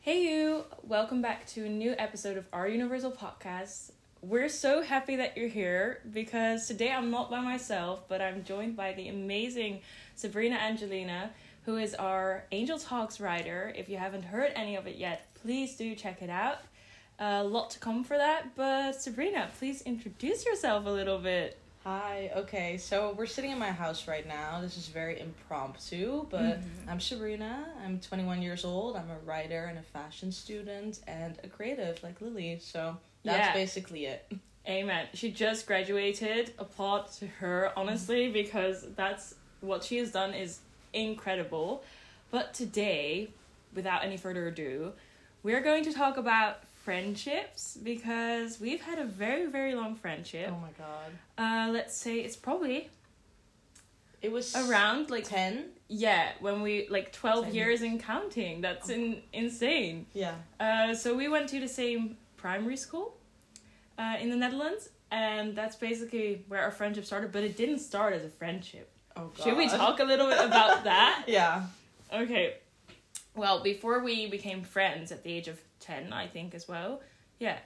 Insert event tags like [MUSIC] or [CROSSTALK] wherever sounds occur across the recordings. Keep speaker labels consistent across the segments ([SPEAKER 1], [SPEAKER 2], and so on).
[SPEAKER 1] Hey, you! Welcome back to a new episode of our Universal Podcast. We're so happy that you're here because today I'm not by myself, but I'm joined by the amazing Sabrina Angelina, who is our Angel Talks writer. If you haven't heard any of it yet, please do check it out. A lot to come for that, but Sabrina, please introduce yourself a little bit.
[SPEAKER 2] Hi, okay, so we're sitting in my house right now. This is very impromptu, but
[SPEAKER 1] Mm-hmm.
[SPEAKER 2] I'm Sabrina. I'm 21 years old. I'm a writer and a fashion student and a creative like Lily. So that's
[SPEAKER 1] Yeah.
[SPEAKER 2] basically it.
[SPEAKER 1] Amen. She just graduated. Applaud to her, honestly, because that's what she has done is incredible. But today, without any further ado, we're going to talk about friendships because we've had a very, very long friendship.
[SPEAKER 2] Oh my god.
[SPEAKER 1] Uh, let's say it's probably
[SPEAKER 2] It was
[SPEAKER 1] around like
[SPEAKER 2] 10?
[SPEAKER 1] yeah, when we like twelve
[SPEAKER 2] Ten
[SPEAKER 1] years and counting. That's in, insane.
[SPEAKER 2] Yeah.
[SPEAKER 1] Uh, so we went to the same primary school uh, in the Netherlands, and that's basically where our friendship started. But it didn't start as a friendship.
[SPEAKER 2] Oh god.
[SPEAKER 1] Should we talk a little bit [LAUGHS] about that?
[SPEAKER 2] [LAUGHS] Yeah.
[SPEAKER 1] Okay. Well, before we became friends at the age of ten, I think as well. Yeah,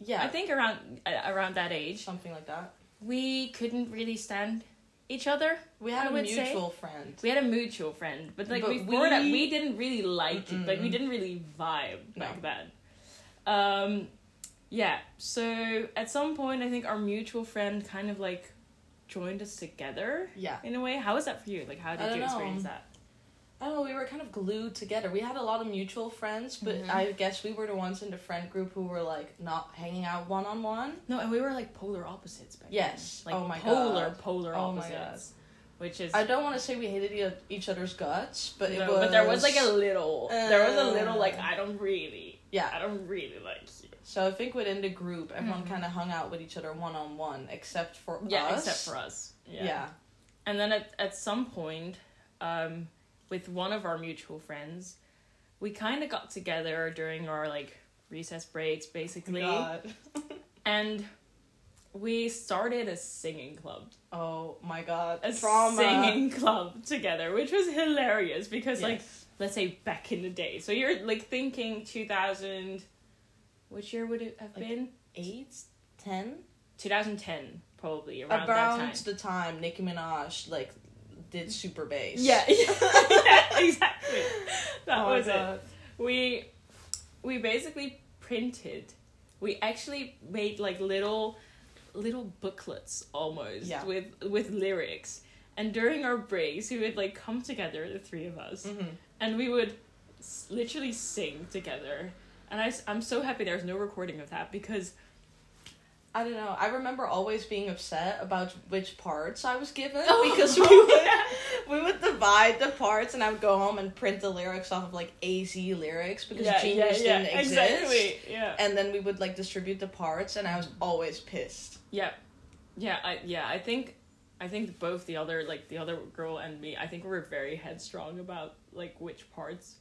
[SPEAKER 2] Yeah.
[SPEAKER 1] I think around uh, around that age,
[SPEAKER 2] something like that.
[SPEAKER 1] we couldn't really stand each other.
[SPEAKER 2] We
[SPEAKER 1] I
[SPEAKER 2] had a
[SPEAKER 1] would say-
[SPEAKER 2] mutual friend.
[SPEAKER 1] We had a mutual friend, but like
[SPEAKER 2] But
[SPEAKER 1] before that,
[SPEAKER 2] we-
[SPEAKER 1] we didn't really like it. Like we
[SPEAKER 2] Mm-mm.
[SPEAKER 1] didn't really vibe
[SPEAKER 2] No.
[SPEAKER 1] like that. Um, yeah. So at some point, I think our mutual friend kind of like joined us together
[SPEAKER 2] Yeah.
[SPEAKER 1] in a way. How was that for you? Like, how did
[SPEAKER 2] don't
[SPEAKER 1] you
[SPEAKER 2] know.
[SPEAKER 1] experience that?
[SPEAKER 2] I don't know, we were kind of glued together. We had a lot of mutual friends, but
[SPEAKER 1] Mhm.
[SPEAKER 2] I guess we were the ones in the friend group who were like not hanging out one on one.
[SPEAKER 1] No, and we were like polar opposites. Back
[SPEAKER 2] Yes.
[SPEAKER 1] Then. Like
[SPEAKER 2] Oh my
[SPEAKER 1] polar,
[SPEAKER 2] God.
[SPEAKER 1] polar
[SPEAKER 2] Oh my
[SPEAKER 1] opposites. Which is
[SPEAKER 2] I don't want to say we hated e- each other's guts, but it
[SPEAKER 1] no,
[SPEAKER 2] was.
[SPEAKER 1] but there was like a little, there was a little like
[SPEAKER 2] Uh.
[SPEAKER 1] I don't really, I
[SPEAKER 2] yeah.
[SPEAKER 1] don't really like you.
[SPEAKER 2] So I think within the group, everyone
[SPEAKER 1] Mhm.
[SPEAKER 2] kind of hung out with each other one on one, except for
[SPEAKER 1] Yeah,
[SPEAKER 2] us.
[SPEAKER 1] except for us.
[SPEAKER 2] Yeah.
[SPEAKER 1] and then at, at some point um, with one of our mutual friends we kind of got together during our like recess breaks basically
[SPEAKER 2] Oh God.
[SPEAKER 1] and we started a singing club
[SPEAKER 2] Oh my god.
[SPEAKER 1] a
[SPEAKER 2] Trauma.
[SPEAKER 1] singing club together which was hilarious because like
[SPEAKER 2] Yes.
[SPEAKER 1] let's say back in the day so you're like thinking 2000 which year would it have
[SPEAKER 2] Like-
[SPEAKER 1] been
[SPEAKER 2] eight, ten,
[SPEAKER 1] 2010 probably around,
[SPEAKER 2] around,
[SPEAKER 1] that time
[SPEAKER 2] [LAUGHS] the time Nicki Minaj like did super bass.
[SPEAKER 1] yeah, [LAUGHS] yeah exactly that
[SPEAKER 2] Oh my
[SPEAKER 1] was it
[SPEAKER 2] God.
[SPEAKER 1] we we basically printed we actually made like little little booklets almost
[SPEAKER 2] Yeah.
[SPEAKER 1] with with lyrics and during our breaks we would like come together the three of us
[SPEAKER 2] Mhm.
[SPEAKER 1] and we would s- literally sing together and I, am so happy there's no recording of that
[SPEAKER 2] [LAUGHS]
[SPEAKER 1] because
[SPEAKER 2] I don't know. I remember always being upset about which parts I was given
[SPEAKER 1] [LAUGHS] Oh,
[SPEAKER 2] because we [LAUGHS] would
[SPEAKER 1] yeah.
[SPEAKER 2] we would divide the parts, and I would go home and print the lyrics off of like AZ lyrics because Genius didn't exist.
[SPEAKER 1] exactly yeah
[SPEAKER 2] And then we would like distribute the parts, and I was always pissed.
[SPEAKER 1] Yeah, yeah, I yeah, I think, I think both the other like the other girl and me, I think we were very headstrong about like which parts.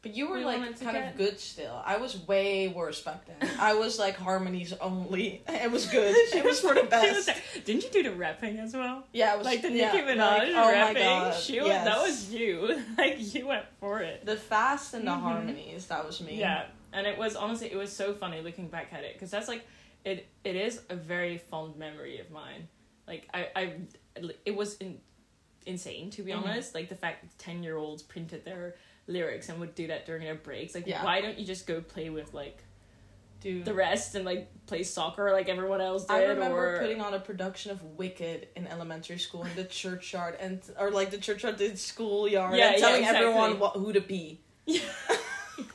[SPEAKER 2] But you were
[SPEAKER 1] We
[SPEAKER 2] like
[SPEAKER 1] wanted
[SPEAKER 2] kind
[SPEAKER 1] to get-
[SPEAKER 2] of good still. I was way worse back
[SPEAKER 1] [LAUGHS]
[SPEAKER 2] then. I was like harmonies only. [LAUGHS] It was good.
[SPEAKER 1] She
[SPEAKER 2] It was for
[SPEAKER 1] she
[SPEAKER 2] the
[SPEAKER 1] was
[SPEAKER 2] best.
[SPEAKER 1] there. Didn't you do the rapping as well?
[SPEAKER 2] Yeah, it was
[SPEAKER 1] Like the
[SPEAKER 2] yeah,
[SPEAKER 1] Nicki Minaj
[SPEAKER 2] like, oh my
[SPEAKER 1] rapping.
[SPEAKER 2] God,
[SPEAKER 1] She was that
[SPEAKER 2] yes.
[SPEAKER 1] was you. [LAUGHS] Like you went for it.
[SPEAKER 2] the fast and the
[SPEAKER 1] Mhm.
[SPEAKER 2] harmonies. That was me.
[SPEAKER 1] Yeah, and it was honestly it was so funny looking back at it because that's like it it is a very fond memory of mine. Like I I it was in, insane to be
[SPEAKER 2] Mhm.
[SPEAKER 1] honest. Like the fact that ten year olds printed their lyrics and would do that during their breaks. Like
[SPEAKER 2] Yeah.
[SPEAKER 1] why don't you just go play with like
[SPEAKER 2] dude.
[SPEAKER 1] the rest and like play soccer like everyone else did?
[SPEAKER 2] I remember
[SPEAKER 1] or
[SPEAKER 2] putting on a production of Wicked in elementary school in the churchyard and or like the churchyard, the schoolyard,
[SPEAKER 1] Yeah,
[SPEAKER 2] and
[SPEAKER 1] yeah,
[SPEAKER 2] telling
[SPEAKER 1] exactly.
[SPEAKER 2] everyone what, who to be.
[SPEAKER 1] [LAUGHS] it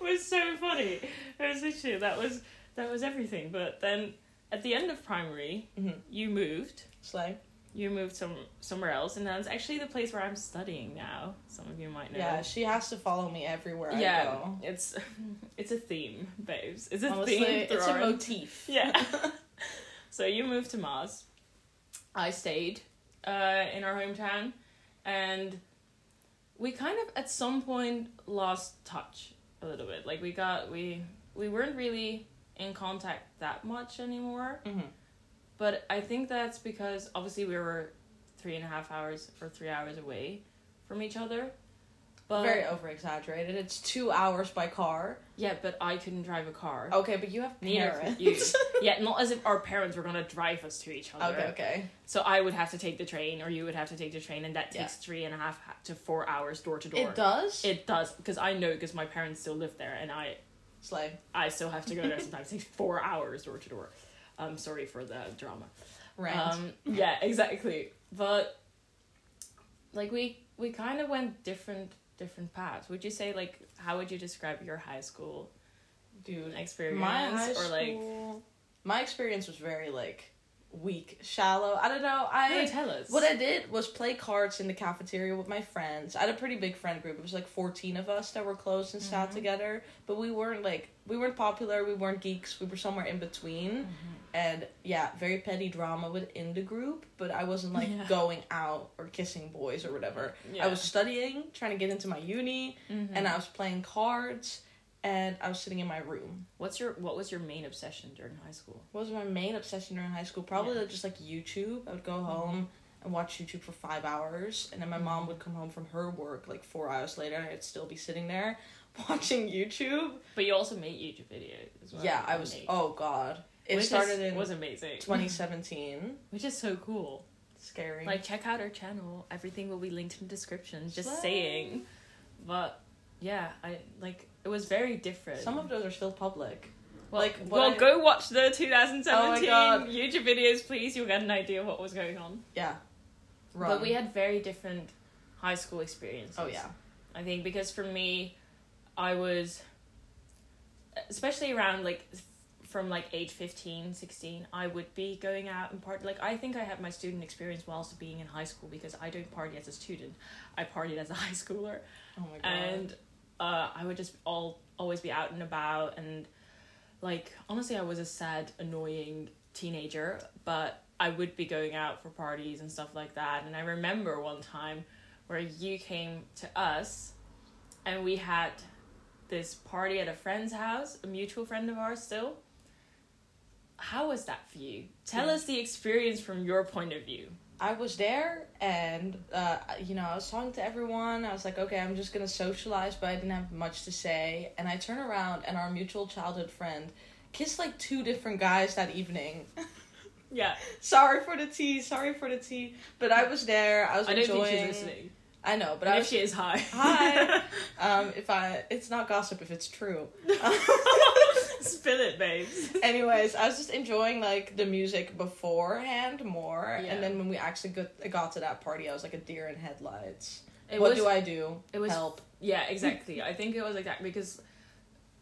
[SPEAKER 1] was so funny. It was literally that was that was everything. But then at the end of primary,
[SPEAKER 2] Mhm.
[SPEAKER 1] you moved.
[SPEAKER 2] It's like,
[SPEAKER 1] you moved some somewhere else, and that's actually the place where I'm studying now. Some of you might know.
[SPEAKER 2] yeah, she has to follow me everywhere I
[SPEAKER 1] Yeah,
[SPEAKER 2] go.
[SPEAKER 1] it's [LAUGHS] it's a theme, babes. It's a
[SPEAKER 2] Honestly,
[SPEAKER 1] theme.
[SPEAKER 2] it's a
[SPEAKER 1] throughout-
[SPEAKER 2] motif.
[SPEAKER 1] Yeah. so you moved to Mars. I stayed uh, in our hometown, and we kind of at some point lost touch a little bit. Like we got we we weren't really in contact that much anymore.
[SPEAKER 2] hmm
[SPEAKER 1] But I think that's because obviously we were three and a half hours or three hours away from each other. But
[SPEAKER 2] Very over exaggerated. It's two hours by car.
[SPEAKER 1] yeah, but I couldn't drive a car.
[SPEAKER 2] Okay, but you have
[SPEAKER 1] Neither
[SPEAKER 2] parents.
[SPEAKER 1] could
[SPEAKER 2] [LAUGHS]
[SPEAKER 1] you. yeah, not as if our parents were gonna drive us to each other.
[SPEAKER 2] okay, okay.
[SPEAKER 1] So I would have to take the train, or you would have to take the train, and that
[SPEAKER 2] Yeah.
[SPEAKER 1] takes three and a half ha- to four hours door to door.
[SPEAKER 2] It does.
[SPEAKER 1] It does because I know because my parents still live there, and I
[SPEAKER 2] Slay.
[SPEAKER 1] I still have to go
[SPEAKER 2] [LAUGHS]
[SPEAKER 1] there sometimes. It takes four hours door to door. I'm sorry for the drama.
[SPEAKER 2] Rant.
[SPEAKER 1] Um, yeah, exactly. But like we we kind of went different different paths. Would you say like how would you describe your high school
[SPEAKER 2] Dude,
[SPEAKER 1] experience
[SPEAKER 2] high
[SPEAKER 1] or like
[SPEAKER 2] school- my experience was very like weak, shallow. I don't know.
[SPEAKER 1] I,
[SPEAKER 2] I
[SPEAKER 1] tell us
[SPEAKER 2] what I did was play cards in the cafeteria with my friends. I had a pretty big friend group. It was like fourteen of us that were close and
[SPEAKER 1] Mm-hmm.
[SPEAKER 2] sat together, but we weren't like we weren't popular. We weren't geeks. We were somewhere in between,
[SPEAKER 1] Mm-hmm.
[SPEAKER 2] and yeah, very petty drama within the group. But I wasn't like
[SPEAKER 1] Yeah.
[SPEAKER 2] going out or kissing boys or whatever.
[SPEAKER 1] yeah.
[SPEAKER 2] I was studying, trying to get into my uni,
[SPEAKER 1] Mhm.
[SPEAKER 2] and I was playing cards, and I was sitting in my room.
[SPEAKER 1] what's your what was your main obsession during high school?
[SPEAKER 2] What was my main obsession during high school? Probably
[SPEAKER 1] Yeah.
[SPEAKER 2] like, just like YouTube. I would go home and watch YouTube for five hours, and then my mom would come home from her work like four hours later, and I'd still be sitting there [LAUGHS] watching YouTube.
[SPEAKER 1] But you also made YouTube videos as well.
[SPEAKER 2] yeah, I
[SPEAKER 1] you
[SPEAKER 2] was.
[SPEAKER 1] made,
[SPEAKER 2] Oh God, it
[SPEAKER 1] which
[SPEAKER 2] started
[SPEAKER 1] is,
[SPEAKER 2] in
[SPEAKER 1] was
[SPEAKER 2] [LAUGHS]
[SPEAKER 1] amazing.
[SPEAKER 2] 2017.
[SPEAKER 1] Which is so cool.
[SPEAKER 2] Scary.
[SPEAKER 1] Like check out our channel. Everything will be linked in the description. Just
[SPEAKER 2] Slay.
[SPEAKER 1] saying. But yeah, I like it was very different.
[SPEAKER 2] some of those are still public.
[SPEAKER 1] Well,
[SPEAKER 2] Like, what
[SPEAKER 1] well,
[SPEAKER 2] I-
[SPEAKER 1] go watch the
[SPEAKER 2] Oh my
[SPEAKER 1] 2017
[SPEAKER 2] God.
[SPEAKER 1] YouTube videos, please. You'll get an idea of what was going on.
[SPEAKER 2] Yeah. Run.
[SPEAKER 1] But we had very different high school experiences.
[SPEAKER 2] Oh yeah.
[SPEAKER 1] I think because for me, I was, especially around like f- from like age 15, 16, I would be going out and part like I think I had my student experience whilst being in high school because I don't party as a student. I partied as a [LAUGHS] high schooler
[SPEAKER 2] Oh my God.
[SPEAKER 1] and uh, I would just all always be out and about and like honestly I was a sad annoying teenager but I would be going out for parties and stuff like that and I remember one time where you came to us and we had this party at a friend's house a mutual friend of ours still how was that for you tell
[SPEAKER 2] Yeah.
[SPEAKER 1] us the experience from your point of view
[SPEAKER 2] I was there and uh, you know I was talking to everyone. I was like, okay, I'm just gonna socialize, but I didn't have much to say. And I turn around and our mutual childhood friend kissed like two different guys that evening. [LAUGHS]
[SPEAKER 1] yeah
[SPEAKER 2] sorry for the tea, sorry for the tea. But I was there. I was
[SPEAKER 1] I don't
[SPEAKER 2] enjoying.
[SPEAKER 1] think she's listening
[SPEAKER 2] I know, but
[SPEAKER 1] but
[SPEAKER 2] I
[SPEAKER 1] if
[SPEAKER 2] was.
[SPEAKER 1] she is hi
[SPEAKER 2] Hi. Um, if I, it's not gossip if it's true.
[SPEAKER 1] [LAUGHS] Spill it, babes.
[SPEAKER 2] Anyways, I was just enjoying like the music beforehand more,
[SPEAKER 1] Yeah.
[SPEAKER 2] and then when we actually got got to that party, I was like a deer in headlights.
[SPEAKER 1] It
[SPEAKER 2] what
[SPEAKER 1] was,
[SPEAKER 2] do I do?
[SPEAKER 1] it was-
[SPEAKER 2] help.
[SPEAKER 1] yeah, exactly. I think it was like that because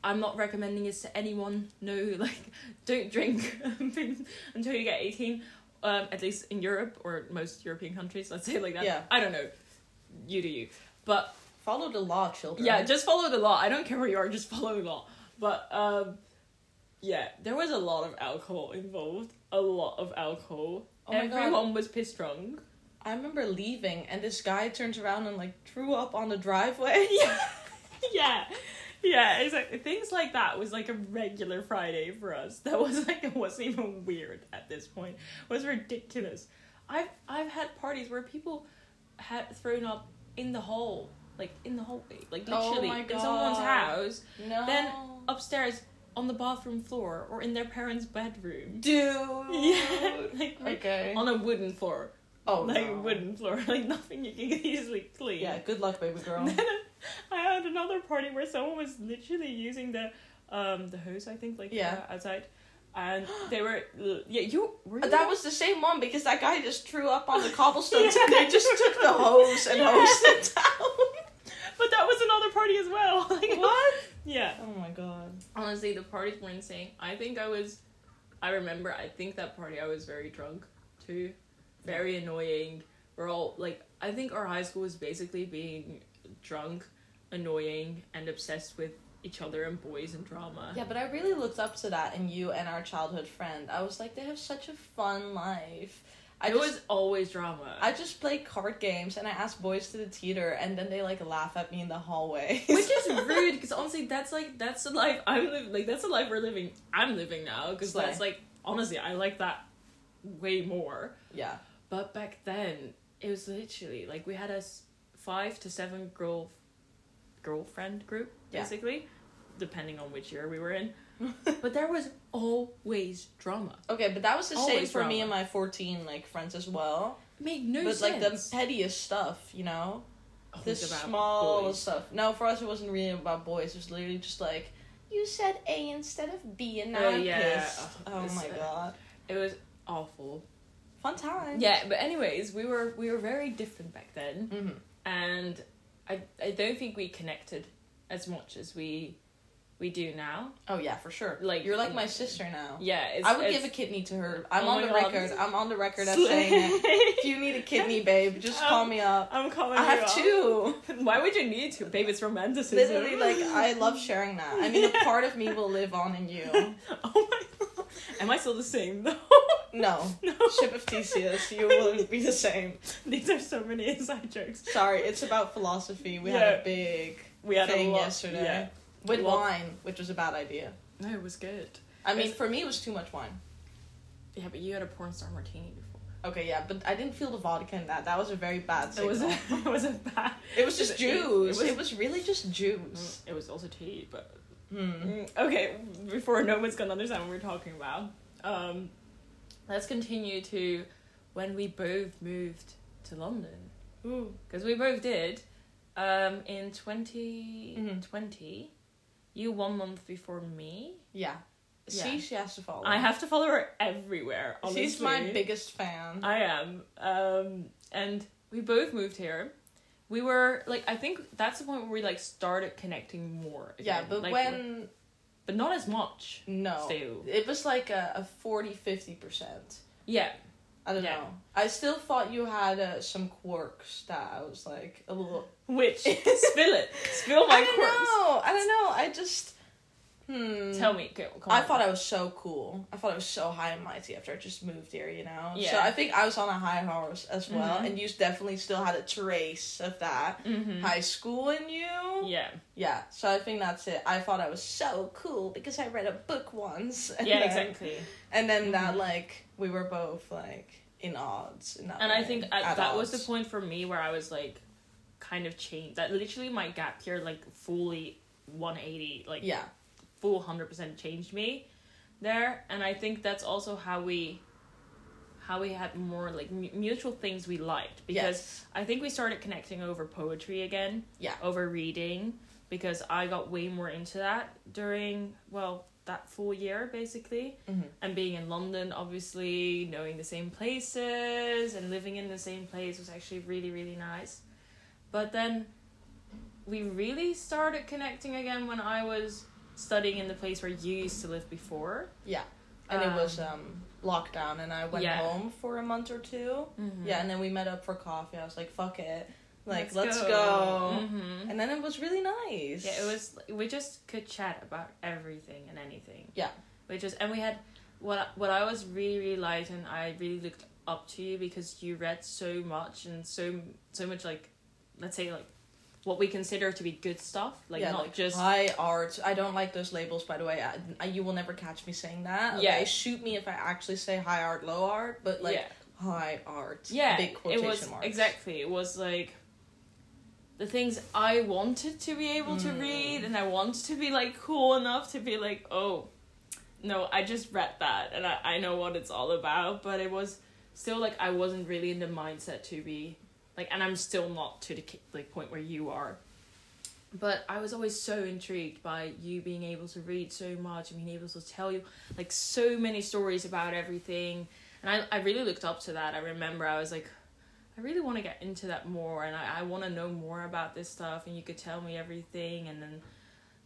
[SPEAKER 1] I'm not recommending this to anyone. No, [LAUGHS] like, don't drink [LAUGHS] until you get 18, um, at least in Europe or most European countries, let's say it like that.
[SPEAKER 2] Yeah.
[SPEAKER 1] I don't know. You do you. But
[SPEAKER 2] Follow the law, children.
[SPEAKER 1] yeah, just follow the law. I don't care where you are, just follow the law. But um, yeah, there was a lot of alcohol involved. A lot of alcohol.
[SPEAKER 2] Oh my God.
[SPEAKER 1] Everyone was pissed drunk.
[SPEAKER 2] I remember leaving, and this guy turns around and like threw up on the driveway. [LAUGHS]
[SPEAKER 1] yeah, [LAUGHS] yeah, yeah. It's like things like that was like a regular Friday for us. That was like it wasn't even weird at this point. It was ridiculous. I've I've had parties where people had thrown up in the hall, like in the hallway, like
[SPEAKER 2] Oh
[SPEAKER 1] literally
[SPEAKER 2] my
[SPEAKER 1] in someone's
[SPEAKER 2] God.
[SPEAKER 1] house,
[SPEAKER 2] No.
[SPEAKER 1] Then upstairs, on the bathroom floor, or in their parents' bedroom. [LAUGHS] Yeah,
[SPEAKER 2] dude.
[SPEAKER 1] like
[SPEAKER 2] Oh, Okay.
[SPEAKER 1] on a wooden floor,
[SPEAKER 2] oh,
[SPEAKER 1] [LAUGHS] like
[SPEAKER 2] no.
[SPEAKER 1] wooden floor, like nothing you can easily clean.
[SPEAKER 2] Yeah. Good luck,
[SPEAKER 1] [LAUGHS]
[SPEAKER 2] baby [LAUGHS] girl.
[SPEAKER 1] then I had another party where someone was literally using the um the hose, I think, like
[SPEAKER 2] Yeah.
[SPEAKER 1] uh, outside, and they were yeah you were you
[SPEAKER 2] that was the same one because that guy just threw up on the
[SPEAKER 1] [LAUGHS]
[SPEAKER 2] cobblestones,
[SPEAKER 1] Yeah.
[SPEAKER 2] and they just took the hose and
[SPEAKER 1] Yeah.
[SPEAKER 2] hosed
[SPEAKER 1] [LAUGHS]
[SPEAKER 2] it down.
[SPEAKER 1] but that was another party as well. [LAUGHS] Like,
[SPEAKER 2] what?
[SPEAKER 1] Yeah.
[SPEAKER 2] Oh my god.
[SPEAKER 1] Honestly, the parties were insane. I think I was, I remember. I think that party I was very drunk too, very annoying. We're all like, I think our high school was basically being drunk, annoying, and obsessed with each other and boys and drama.
[SPEAKER 2] Yeah, but I really looked up to that in you and our childhood friend. I was like, they have such a fun life. I
[SPEAKER 1] it
[SPEAKER 2] just,
[SPEAKER 1] was always drama.
[SPEAKER 2] I just play card games and I ask boys to the theater and then they like laugh at me in the hallway.
[SPEAKER 1] which is rude because honestly that's like that's the life i'm living like that's the life we're living i'm living now because
[SPEAKER 2] Slay.
[SPEAKER 1] that's like honestly i like that way more
[SPEAKER 2] [LAUGHS] yeah.
[SPEAKER 1] but back then it was literally like we had a s- five to seven girl girlfriend group,
[SPEAKER 2] Yeah.
[SPEAKER 1] basically, depending on which year we were in. But there was always drama.
[SPEAKER 2] [LAUGHS] okay, but that was the same
[SPEAKER 1] Always
[SPEAKER 2] for
[SPEAKER 1] drama.
[SPEAKER 2] me and my fourteen like friends as well.
[SPEAKER 1] Made no
[SPEAKER 2] but like
[SPEAKER 1] sense.
[SPEAKER 2] the pettiest stuff, you know, the
[SPEAKER 1] Always about
[SPEAKER 2] small
[SPEAKER 1] boys.
[SPEAKER 2] stuff. No, for us it wasn't really about boys. It was literally just like you said A instead of B, and now
[SPEAKER 1] Oh,
[SPEAKER 2] I'm
[SPEAKER 1] yeah.
[SPEAKER 2] pissed.
[SPEAKER 1] Oh,
[SPEAKER 2] Oh
[SPEAKER 1] it's,
[SPEAKER 2] my
[SPEAKER 1] uh,
[SPEAKER 2] god,
[SPEAKER 1] It was awful.
[SPEAKER 2] fun time.
[SPEAKER 1] Yeah, but anyways, we were we were very different back then,
[SPEAKER 2] hmm
[SPEAKER 1] and I I don't think we connected as much as we we do now.
[SPEAKER 2] Oh yeah, for sure.
[SPEAKER 1] Like-
[SPEAKER 2] you're like my sister now.
[SPEAKER 1] Yeah, it's,
[SPEAKER 2] I would
[SPEAKER 1] it's,
[SPEAKER 2] give a kidney to her. I'm
[SPEAKER 1] Oh
[SPEAKER 2] on
[SPEAKER 1] my
[SPEAKER 2] the
[SPEAKER 1] God.
[SPEAKER 2] record. I'm on the
[SPEAKER 1] [LAUGHS]
[SPEAKER 2] record as saying it. If you need a kidney, babe, just
[SPEAKER 1] Oh
[SPEAKER 2] call me up.
[SPEAKER 1] I'm calling.
[SPEAKER 2] I
[SPEAKER 1] you
[SPEAKER 2] have
[SPEAKER 1] out.
[SPEAKER 2] two.
[SPEAKER 1] Why would you need to? Babe, it's romanticism.
[SPEAKER 2] Literally, like
[SPEAKER 1] [LAUGHS]
[SPEAKER 2] I love sharing that. I mean, a part of me will live on in you.
[SPEAKER 1] oh my god. Am I still the same though? [LAUGHS]
[SPEAKER 2] No,
[SPEAKER 1] no.
[SPEAKER 2] ship of Theseus,
[SPEAKER 1] [LAUGHS]
[SPEAKER 2] you won't be the same.
[SPEAKER 1] These are so many inside jokes.
[SPEAKER 2] Sorry, it's about philosophy. We had
[SPEAKER 1] Yeah.
[SPEAKER 2] a big
[SPEAKER 1] We had
[SPEAKER 2] thing
[SPEAKER 1] a lot.
[SPEAKER 2] yesterday
[SPEAKER 1] Yeah.
[SPEAKER 2] with
[SPEAKER 1] Well-
[SPEAKER 2] wine, which was a bad idea.
[SPEAKER 1] No, it was good.
[SPEAKER 2] I mean,
[SPEAKER 1] It's-
[SPEAKER 2] for me, it was too much wine.
[SPEAKER 1] Yeah, but you had a porn star martini before.
[SPEAKER 2] Okay, yeah, but I didn't feel the vodka in that. That was a very bad
[SPEAKER 1] It
[SPEAKER 2] signal.
[SPEAKER 1] was [LAUGHS] it was a bad.
[SPEAKER 2] It was just
[SPEAKER 1] [LAUGHS]
[SPEAKER 2] juice.
[SPEAKER 1] It was,
[SPEAKER 2] It was really just juice.
[SPEAKER 1] it was also tea, but
[SPEAKER 2] Hmm.
[SPEAKER 1] Mm, okay. Before no one's gonna understand what we're talking about, um, let's continue to when we both moved to London
[SPEAKER 2] Ooh.
[SPEAKER 1] because we both did. Um, in twenty
[SPEAKER 2] Mhm.
[SPEAKER 1] twenty, you one month before me.
[SPEAKER 2] Yeah.
[SPEAKER 1] Yeah.
[SPEAKER 2] See, she has to follow.
[SPEAKER 1] I have to follow her everywhere. Honestly.
[SPEAKER 2] Oh, She's my biggest fan.
[SPEAKER 1] I am. Um, and we both moved here. We were like, I think that's the point where we like started connecting more.
[SPEAKER 2] yeah,
[SPEAKER 1] again.
[SPEAKER 2] but
[SPEAKER 1] Like,
[SPEAKER 2] when
[SPEAKER 1] but not as much.
[SPEAKER 2] no,
[SPEAKER 1] Still.
[SPEAKER 2] it was like a, a 40 50 percent.
[SPEAKER 1] Yeah,
[SPEAKER 2] I don't
[SPEAKER 1] Yeah.
[SPEAKER 2] know. I still thought you had uh, some quirks that I was like
[SPEAKER 1] [LAUGHS]
[SPEAKER 2] a little. [LAUGHS]
[SPEAKER 1] which spill it, spill my
[SPEAKER 2] I don't
[SPEAKER 1] quirks. Mm.
[SPEAKER 2] know. I don't know. I just hmm.
[SPEAKER 1] Tell me, go, come
[SPEAKER 2] I
[SPEAKER 1] on.
[SPEAKER 2] thought I was so cool. I thought I was so high and mighty after I just moved here, you know? So
[SPEAKER 1] Yeah.
[SPEAKER 2] I think I was on a high horse as well,
[SPEAKER 1] Mhm.
[SPEAKER 2] and you definitely still had a trace of that
[SPEAKER 1] Mhm.
[SPEAKER 2] high school in you. [LAUGHS]
[SPEAKER 1] Yeah,
[SPEAKER 2] Yeah, so I think that's it. I thought I was so cool because I read a book once. [LAUGHS] And
[SPEAKER 1] yeah,
[SPEAKER 2] then,
[SPEAKER 1] exactly.
[SPEAKER 2] And then that,
[SPEAKER 1] Mhm.
[SPEAKER 2] like, we were both, like, in odds. In that
[SPEAKER 1] And I
[SPEAKER 2] way,
[SPEAKER 1] think at,
[SPEAKER 2] at
[SPEAKER 1] that was the
[SPEAKER 2] odds.
[SPEAKER 1] point for me where I was like, kind of changed. That literally my gap here like fully one eighty like
[SPEAKER 2] Yeah,
[SPEAKER 1] full hundred percent changed me there, and I think that's also how we how we had more like mu- mutual things we liked because
[SPEAKER 2] yes.
[SPEAKER 1] I think we started connecting over poetry again,
[SPEAKER 2] Yeah.
[SPEAKER 1] over reading because I got way more into that during well that full year basically
[SPEAKER 2] Mhm.
[SPEAKER 1] and being in London obviously knowing the same places and living in the same place was actually really really nice but then we really started connecting again when I was studying in the place where you used to live before
[SPEAKER 2] Yeah. And
[SPEAKER 1] Um,
[SPEAKER 2] it was um, lockdown, and I went
[SPEAKER 1] yeah.
[SPEAKER 2] home for a month or two.
[SPEAKER 1] mhm.
[SPEAKER 2] Yeah, and then we met up for coffee. I was like, fuck it. Like, let's,
[SPEAKER 1] Let's
[SPEAKER 2] go.
[SPEAKER 1] Mhm.
[SPEAKER 2] And then it was really nice.
[SPEAKER 1] Yeah, it was. We just could chat about everything and anything.
[SPEAKER 2] Yeah.
[SPEAKER 1] Which is, and we had what what I was really really liked, and I really looked up to you because you read so much and so so much like, let's say like, what we consider to be good stuff, like
[SPEAKER 2] Yeah,
[SPEAKER 1] not just
[SPEAKER 2] high art. I don't like those labels, by the way. I, I, you will never catch me saying that.
[SPEAKER 1] Yeah.
[SPEAKER 2] Okay, shoot me if I actually say high art, low art, but like
[SPEAKER 1] yeah
[SPEAKER 2] high art.
[SPEAKER 1] yeah
[SPEAKER 2] big quotation
[SPEAKER 1] it was
[SPEAKER 2] marks.
[SPEAKER 1] exactly it was like. The things I wanted to be able to
[SPEAKER 2] Mm.
[SPEAKER 1] read, and I wanted to be like cool enough to be like, oh, no, I just read that and I, I know what it's all about, but it was still like I wasn't really in the mindset to be like, and I'm still not to the ki- like point where you are. But I was always so intrigued by you being able to read so much and being able to tell you like so many stories about everything. And I, I really looked up to that. I remember I was like, I really want to get into that more and I, I want to know more about this stuff. And you could tell me everything. And then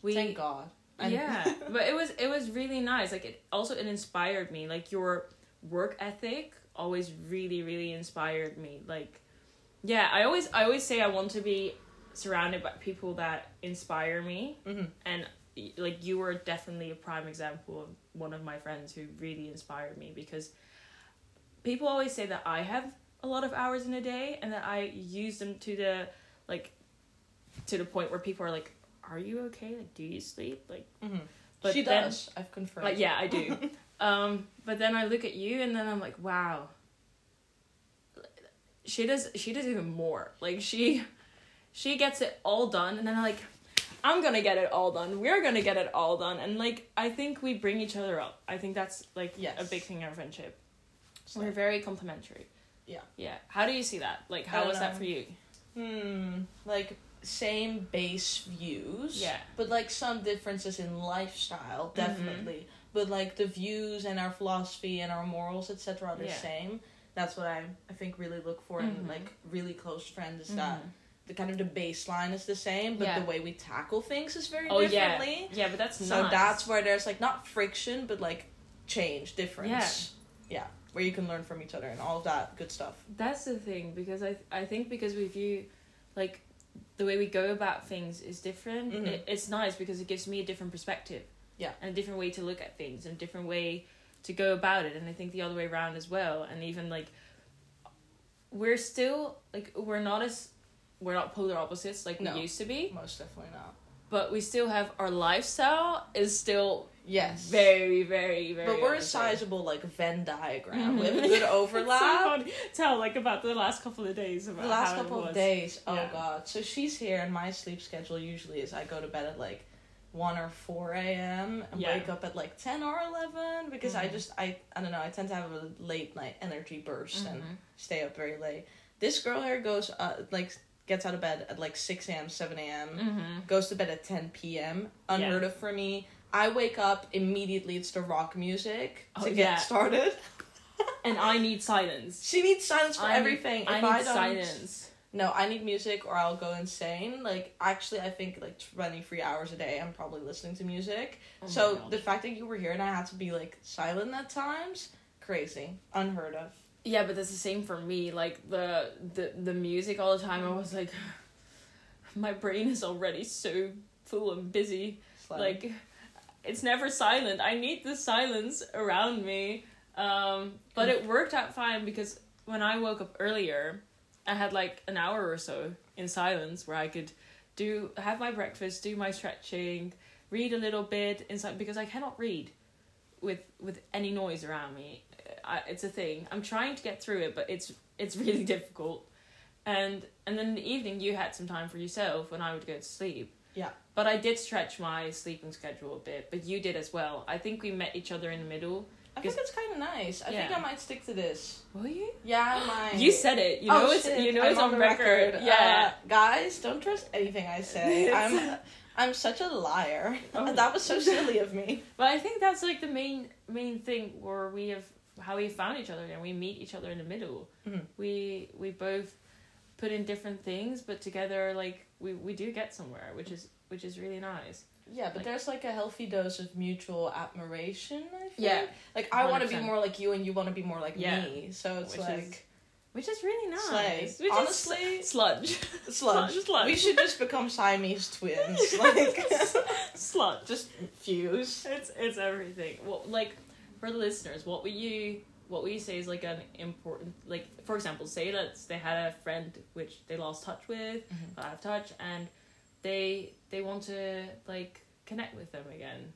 [SPEAKER 1] we
[SPEAKER 2] Thank God. And-
[SPEAKER 1] yeah [LAUGHS] but it was it was really nice like it also it inspired me like your work ethic always really really inspired me like yeah i always i always say i want to be surrounded by people that inspire me
[SPEAKER 2] Mhm.
[SPEAKER 1] and y- like you were definitely a prime example of one of my friends who really inspired me because people always say that i have a lot of hours in a day and that i use them to the like to the point where people are like are you okay like do you sleep like
[SPEAKER 2] Mhm.
[SPEAKER 1] But
[SPEAKER 2] she
[SPEAKER 1] then-
[SPEAKER 2] does. I've confirmed.
[SPEAKER 1] like yeah i
[SPEAKER 2] [LAUGHS]
[SPEAKER 1] do um but then i look at you and then i'm like wow she does she does even more like she she gets it all done and then i'm like I'm gonna get it all done. We're gonna get it all done. And like I think we bring each other up. I think that's like
[SPEAKER 2] Yes.
[SPEAKER 1] a big thing in our friendship.
[SPEAKER 2] So-
[SPEAKER 1] We're very complimentary.
[SPEAKER 2] Yeah.
[SPEAKER 1] Yeah. How do you see that? Like how
[SPEAKER 2] I
[SPEAKER 1] was that
[SPEAKER 2] dunno.
[SPEAKER 1] for you?
[SPEAKER 2] Hmm. Like same base views.
[SPEAKER 1] Yeah. Mm-hmm.
[SPEAKER 2] But like some differences in lifestyle, definitely. But like the views and our philosophy and our morals, etc., are the
[SPEAKER 1] Yeah.
[SPEAKER 2] same. That's what I I think really look for in
[SPEAKER 1] Mhm.
[SPEAKER 2] like really close friends is that the kind of the baseline is the same, but
[SPEAKER 1] Mm-hmm. Yeah.
[SPEAKER 2] the way we tackle things is very
[SPEAKER 1] Oh yeah.
[SPEAKER 2] differently.
[SPEAKER 1] Yeah, but that's
[SPEAKER 2] So
[SPEAKER 1] nice.
[SPEAKER 2] that's where there's like not friction, but like change, difference. Yeah. Where you can learn from each other and all of that good stuff.
[SPEAKER 1] That's the thing because I I think because we view, like, the way we go about things is different.
[SPEAKER 2] Mhm.
[SPEAKER 1] It, it's nice because it gives me a different perspective.
[SPEAKER 2] Yeah.
[SPEAKER 1] And a different way to look at things and a different way to go about it. And I think the other way around as well. And even like, we're still like we're not as we're not polar opposites like
[SPEAKER 2] No.
[SPEAKER 1] we used to be,
[SPEAKER 2] Most definitely not.
[SPEAKER 1] but we still have our lifestyle is still
[SPEAKER 2] Yes.
[SPEAKER 1] very very very.
[SPEAKER 2] But we're a
[SPEAKER 1] opposite. [LAUGHS]
[SPEAKER 2] sizable like Venn diagram
[SPEAKER 1] Mhm.
[SPEAKER 2] with good
[SPEAKER 1] It's so
[SPEAKER 2] overlap.
[SPEAKER 1] funny. Tell like about the last couple of days about
[SPEAKER 2] the last
[SPEAKER 1] how it
[SPEAKER 2] couple of
[SPEAKER 1] was.
[SPEAKER 2] days, oh
[SPEAKER 1] Yeah.
[SPEAKER 2] god. So she's here, and my sleep schedule usually is I go to bed at like one or four a.m. and
[SPEAKER 1] Yeah.
[SPEAKER 2] wake up at like ten or eleven because I
[SPEAKER 1] Mhm.
[SPEAKER 2] just I I don't know I tend to have a late night energy burst and
[SPEAKER 1] Mhm.
[SPEAKER 2] stay up very late. This girl here goes uh, like gets out of bed at like six a.m. seven a.m.
[SPEAKER 1] Mm-hmm.
[SPEAKER 2] goes to bed at 10 p.m. Unheard of for me. I wake up immediately. It's the rock music
[SPEAKER 1] Oh,
[SPEAKER 2] to get
[SPEAKER 1] yeah.
[SPEAKER 2] started. [LAUGHS]
[SPEAKER 1] and I need silence.
[SPEAKER 2] she needs silence for
[SPEAKER 1] I need-
[SPEAKER 2] everything.
[SPEAKER 1] I
[SPEAKER 2] if
[SPEAKER 1] need
[SPEAKER 2] I don't,
[SPEAKER 1] silence.
[SPEAKER 2] No, I need music or I'll go insane. Like actually, I think like 23 hours a day. I'm probably listening to music.
[SPEAKER 1] Oh my
[SPEAKER 2] so
[SPEAKER 1] God.
[SPEAKER 2] the fact that you were here and I had to be like silent at times, crazy, unheard of.
[SPEAKER 1] yeah, but that's the same for me. Like the the the music all the time. I was like, [SIGHS] my brain is already so full and busy.
[SPEAKER 2] It's Like,
[SPEAKER 1] Like, it's never silent. I need the silence around me. Um, but it worked out fine because when I woke up earlier, I had like an hour or so in silence where I could do have my breakfast, do my stretching, read a little bit inside because I cannot read with with any noise around me. I, it's a thing. I'm trying to get through it, but it's it's [LAUGHS] really difficult. And and then in the evening you had some time for yourself when I would go to sleep.
[SPEAKER 2] Yeah.
[SPEAKER 1] But I did stretch my sleeping schedule a bit, but you did as well. I think we met each other in the middle.
[SPEAKER 2] I think it's kind of nice. I think
[SPEAKER 1] Yeah.
[SPEAKER 2] I might stick to this.
[SPEAKER 1] Were [GASPS] you?
[SPEAKER 2] Yeah, I might.
[SPEAKER 1] You said it. You know it's
[SPEAKER 2] Oh, shit,
[SPEAKER 1] you know
[SPEAKER 2] I'm
[SPEAKER 1] it's on,
[SPEAKER 2] the
[SPEAKER 1] record. Yeah.
[SPEAKER 2] Uh, guys, don't trust anything
[SPEAKER 1] [LAUGHS]
[SPEAKER 2] I say. I'm I'm such a liar.
[SPEAKER 1] Oh.
[SPEAKER 2] [LAUGHS] that was so silly of me.
[SPEAKER 1] But I think that's like the main main thing where we have how we found each other and we meet each other in the middle.
[SPEAKER 2] Mhm.
[SPEAKER 1] We we both put in different things, but together like we we do get somewhere, which is which is really nice.
[SPEAKER 2] Yeah, but
[SPEAKER 1] Like-
[SPEAKER 2] there's like a healthy dose of mutual admiration, I think.
[SPEAKER 1] Yeah.
[SPEAKER 2] Like I want to be
[SPEAKER 1] 100%.
[SPEAKER 2] more like you and you want to be more like
[SPEAKER 1] Yeah.
[SPEAKER 2] me. So it's
[SPEAKER 1] Which is- [LAUGHS]
[SPEAKER 2] like
[SPEAKER 1] Which is really nice.
[SPEAKER 2] Slay.
[SPEAKER 1] Which
[SPEAKER 2] Honestly-
[SPEAKER 1] is sl- sludge.
[SPEAKER 2] sludge.
[SPEAKER 1] [LAUGHS] Sludge, sludge.
[SPEAKER 2] We should just become Siamese twins. [LAUGHS]
[SPEAKER 1] [LAUGHS]
[SPEAKER 2] Like
[SPEAKER 1] sludge.
[SPEAKER 2] just fuse.
[SPEAKER 1] It's it's everything. Well, like for the listeners, what would you what would you say is like an important like for example, say that they had a friend which they lost touch with,
[SPEAKER 2] Mhm.
[SPEAKER 1] got out of touch, and they they want to like connect with them again.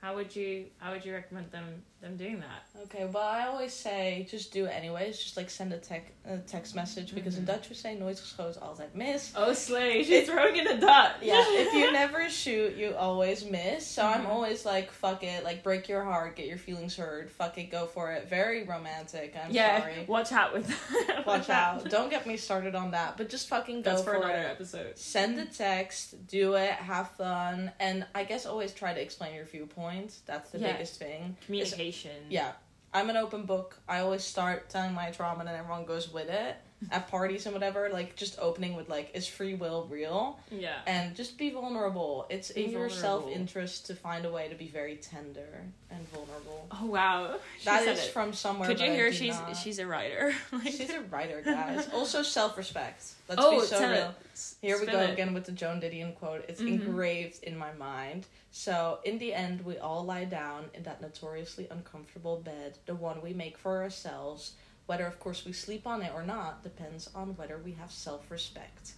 [SPEAKER 1] How would you how would you recommend them them doing that?
[SPEAKER 2] Okay, well, I always say just do it anyways. Just like send a, tec- a text message because in
[SPEAKER 1] Mhm.
[SPEAKER 2] Dutch we say nooit geschoten altijd mis.
[SPEAKER 1] Oh, slay! She's throwing in a dot.
[SPEAKER 2] Yeah,
[SPEAKER 1] [LAUGHS]
[SPEAKER 2] if you never shoot, you always miss. So I'm
[SPEAKER 1] Mhm.
[SPEAKER 2] always like, fuck it, like break your heart, get your feelings hurt, fuck it, go for it. Very romantic.
[SPEAKER 1] [LAUGHS]
[SPEAKER 2] I'm
[SPEAKER 1] yeah,
[SPEAKER 2] sorry.
[SPEAKER 1] watch out with that. [LAUGHS]
[SPEAKER 2] Watch out. Don't get me started on that, but just fucking go
[SPEAKER 1] That's
[SPEAKER 2] for,
[SPEAKER 1] for another
[SPEAKER 2] it.
[SPEAKER 1] episode.
[SPEAKER 2] Send a text, do it, have fun, and I guess always try to explain your viewpoint. That's the
[SPEAKER 1] Yeah.
[SPEAKER 2] biggest thing.
[SPEAKER 1] Communication.
[SPEAKER 2] Yeah. I'm an open book. I always start telling my trauma and then everyone goes
[SPEAKER 1] [LAUGHS]
[SPEAKER 2] with it at parties and whatever. Like, just opening with, like, is free will real?
[SPEAKER 1] yeah.
[SPEAKER 2] and just be vulnerable. It's
[SPEAKER 1] Be
[SPEAKER 2] in your
[SPEAKER 1] vulnerable.
[SPEAKER 2] self interest to find a way to be very tender and vulnerable.
[SPEAKER 1] Oh wow, [LAUGHS] she
[SPEAKER 2] that
[SPEAKER 1] said
[SPEAKER 2] is
[SPEAKER 1] it.
[SPEAKER 2] from somewhere.
[SPEAKER 1] Could
[SPEAKER 2] but
[SPEAKER 1] you
[SPEAKER 2] I
[SPEAKER 1] hear?
[SPEAKER 2] do
[SPEAKER 1] She's
[SPEAKER 2] not-
[SPEAKER 1] she's a writer. [LAUGHS] Like- Oh,
[SPEAKER 2] she's a writer, guys. also, self respect. Let's be so
[SPEAKER 1] tell it.
[SPEAKER 2] real.
[SPEAKER 1] S-
[SPEAKER 2] Here we
[SPEAKER 1] spill
[SPEAKER 2] go
[SPEAKER 1] it.
[SPEAKER 2] again with the Joan Didion quote. It's
[SPEAKER 1] Mhm.
[SPEAKER 2] engraved in my mind. So, in the end, we all lie down in that notoriously uncomfortable bed, the one we make for ourselves. Whether, of course, we sleep on it or not depends on whether we have self respect.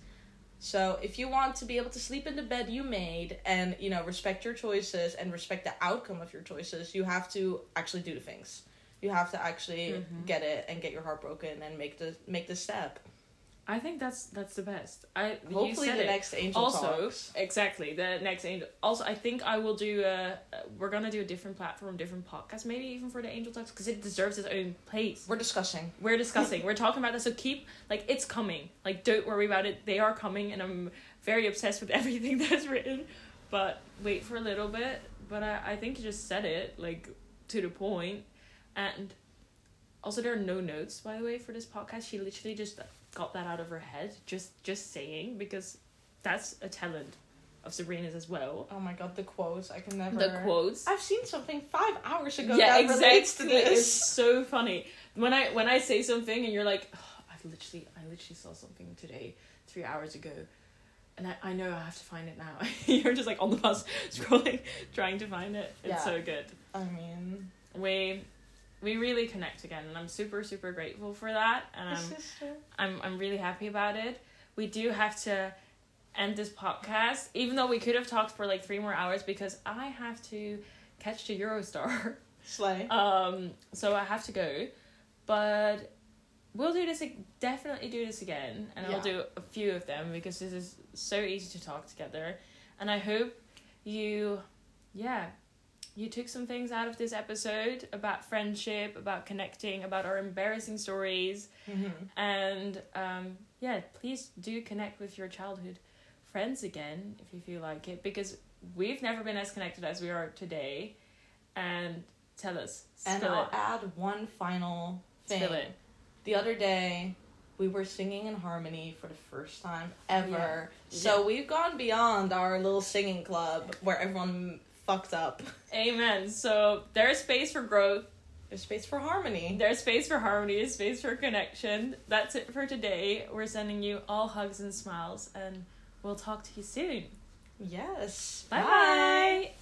[SPEAKER 2] So, if you want to be able to sleep in the bed you made and, you know, respect your choices and respect the outcome of your choices, you have to actually do the things. You have to actually
[SPEAKER 1] Mhm.
[SPEAKER 2] get it and get your heart broken and make the make the step.
[SPEAKER 1] I think that's that's the best. I you
[SPEAKER 2] Hopefully,
[SPEAKER 1] said
[SPEAKER 2] the
[SPEAKER 1] it.
[SPEAKER 2] next Angel
[SPEAKER 1] also
[SPEAKER 2] Talks.
[SPEAKER 1] exactly the next angel. Also, I think I will do a. We're gonna do a different platform, different podcast, maybe even for the angel talks because it deserves its own place.
[SPEAKER 2] We're discussing.
[SPEAKER 1] We're discussing. we're talking about this. So keep like it's coming. Like don't worry about it. They are coming, and I'm very obsessed with [LAUGHS] everything that's written. But wait for a little bit. But I I think you just said it like to the point, and also there are no notes by the way for this podcast. She literally just got that out of her head. Just just saying because that's a talent of Sabrina's as well.
[SPEAKER 2] Oh my god, the quotes. I can never.
[SPEAKER 1] The quotes.
[SPEAKER 2] I've seen something five hours ago
[SPEAKER 1] yeah,
[SPEAKER 2] that
[SPEAKER 1] exactly.
[SPEAKER 2] relates to
[SPEAKER 1] It's [LAUGHS]
[SPEAKER 2] this.
[SPEAKER 1] so funny when I when I say something and you're like, "Oh, I've literally I literally saw something today three hours ago, and I, I know I have to find it now. [LAUGHS] you're just like on the bus [LAUGHS] scrolling, trying to find it. It's
[SPEAKER 2] Yeah.
[SPEAKER 1] so good.
[SPEAKER 2] I mean,
[SPEAKER 1] We we really connect again, and I'm super super grateful for that. And I'm
[SPEAKER 2] sister.
[SPEAKER 1] I'm I'm really happy about it. We do have to end this podcast, even though we could have talked for like three more hours because I have to catch the Eurostar. [LAUGHS]
[SPEAKER 2] Slay.
[SPEAKER 1] Um, so I have to go, but we'll do this ag- definitely do this again, and I'll
[SPEAKER 2] Yeah.
[SPEAKER 1] do a few of them because this is so easy to talk together, and I hope you, yeah, you took some things out of this episode about friendship, about connecting, about our embarrassing stories,
[SPEAKER 2] Mhm.
[SPEAKER 1] and um, yeah, please do connect with your childhood friends again if you feel like it because we've never been as connected as we are today, and. Tell us.
[SPEAKER 2] And
[SPEAKER 1] spill
[SPEAKER 2] I'll
[SPEAKER 1] it.
[SPEAKER 2] add one final thing.
[SPEAKER 1] Spill it.
[SPEAKER 2] The other day, we were singing in harmony for the first time ever.
[SPEAKER 1] Yeah.
[SPEAKER 2] So
[SPEAKER 1] Yeah.
[SPEAKER 2] we've gone beyond our little singing club where everyone fucked up.
[SPEAKER 1] Amen. So there's space for growth.
[SPEAKER 2] There's space for harmony.
[SPEAKER 1] There's space for harmony. There's space for connection. That's it for today. We're sending you all hugs and smiles, and we'll talk to you soon.
[SPEAKER 2] Yes.
[SPEAKER 1] Bye bye.